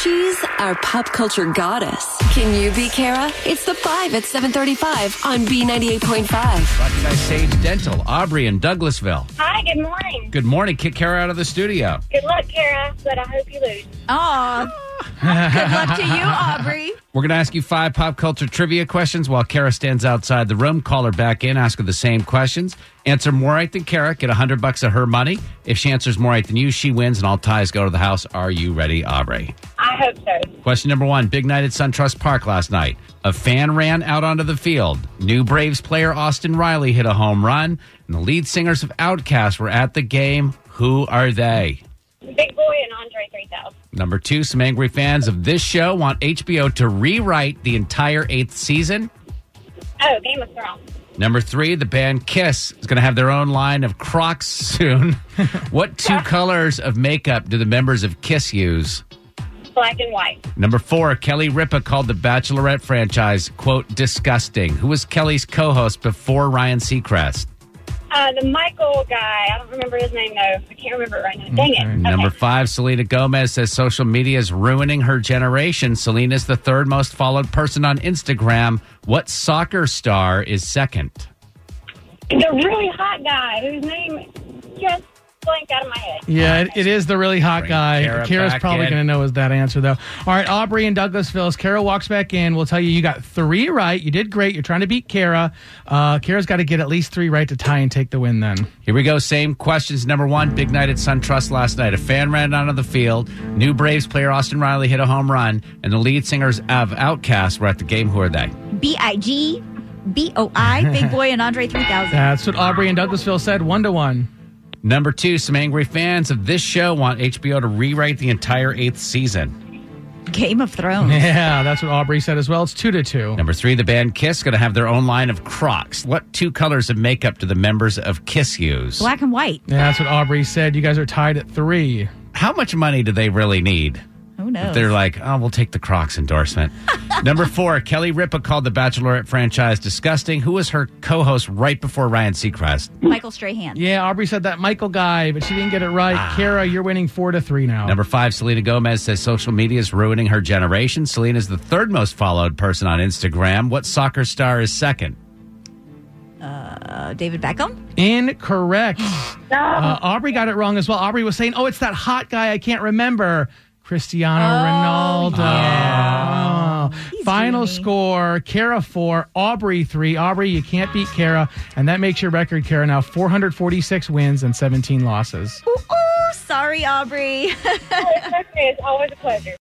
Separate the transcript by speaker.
Speaker 1: She's our pop culture goddess. Can you be Kara? It's the five at 735 on B98.5.
Speaker 2: Brought to you by Sage Dental, Aubrey in Douglasville.
Speaker 3: Hi, good morning.
Speaker 2: Good morning. Kick Kara out of the studio.
Speaker 3: Good luck, Kara, but I hope you lose.
Speaker 4: Oh, good luck to you, Aubrey.
Speaker 2: We're going to ask you five pop culture trivia questions while Kara stands outside the room. Call her back in, ask her the same questions. Answer more right than Kara, get 100 bucks of her money. If she answers more right than you, she wins and all ties go to the house. Are you ready, Aubrey?
Speaker 3: I hope so.
Speaker 2: Question number one Big night at SunTrust Park last night. A fan ran out onto the field. New Braves player Austin Riley hit a home run, and the lead singers of Outkast were at the game. Who are they?
Speaker 3: Big Boy and Andre 3000.
Speaker 2: Number two, some angry fans of this show want HBO to rewrite the entire eighth season.
Speaker 3: Oh, Game of Thrones.
Speaker 2: Number three, the band Kiss is going to have their own line of Crocs soon. what two colors of makeup do the members of Kiss use?
Speaker 3: Black and white.
Speaker 2: Number four, Kelly Ripa called the Bachelorette franchise, quote, disgusting. Who was Kelly's co host before Ryan Seacrest?
Speaker 3: Uh, the Michael guy, I don't remember his name, though. I can't remember it right now. Dang it. Okay.
Speaker 2: Number five, Selena Gomez says social media is ruining her generation. Selena's the third most followed person on Instagram. What soccer star is second?
Speaker 3: The really hot guy whose name just blanked out of my head.
Speaker 5: Yeah, it, it is the really hot
Speaker 2: Bring
Speaker 5: guy.
Speaker 2: Kara
Speaker 5: Kara's
Speaker 2: back
Speaker 5: probably
Speaker 2: in.
Speaker 5: going to know is that answer, though. All right, Aubrey and Douglasville. As Kara walks back in, we'll tell you you got three right. You did great. You're trying to beat Kara. Uh, Kara's got to get at least three right to tie and take the win then.
Speaker 2: Here we go. Same questions. Number one, big night at SunTrust last night. A fan ran onto the field. New Braves player Austin Riley hit a home run, and the lead singers of Outkast were at the game. Who are they?
Speaker 4: B I G B O I, Big Boy and Andre 3000.
Speaker 5: That's what Aubrey and Douglasville said, one to one.
Speaker 2: Number two, some angry fans of this show want HBO to rewrite the entire eighth season.
Speaker 4: Game of Thrones.
Speaker 5: Yeah, that's what Aubrey said as well. It's two to two.
Speaker 2: Number three, the band Kiss going to have their own line of Crocs. What two colors of makeup do the members of Kiss use?
Speaker 4: Black and white.
Speaker 5: Yeah, that's what Aubrey said. You guys are tied at three.
Speaker 2: How much money do they really need?
Speaker 4: Who
Speaker 2: If
Speaker 4: knows?
Speaker 2: they're like, oh, we'll take the Crocs endorsement. Number four, Kelly Ripa called the Bachelorette franchise disgusting. Who was her co host right before Ryan Seacrest?
Speaker 4: Michael Strahan.
Speaker 5: Yeah, Aubrey said that Michael guy, but she didn't get it right.
Speaker 2: Ah.
Speaker 5: Kara, you're winning four to three now.
Speaker 2: Number five, Selena Gomez says social media is ruining her generation. Selena's the third most followed person on Instagram. What soccer star is second?
Speaker 4: Uh, David Beckham.
Speaker 5: Incorrect.
Speaker 3: No.
Speaker 5: Uh, Aubrey got it wrong as well. Aubrey was saying, "Oh, it's that hot guy. I can't remember." Cristiano Ronaldo. Oh. Final
Speaker 4: dreamy.
Speaker 5: score: Kara four, Aubrey three. Aubrey, you can't beat Kara, and that makes your record, Kara, now 446 wins and 17 losses.
Speaker 4: Ooh, ooh, sorry, Aubrey.
Speaker 3: it's okay. It's always a pleasure.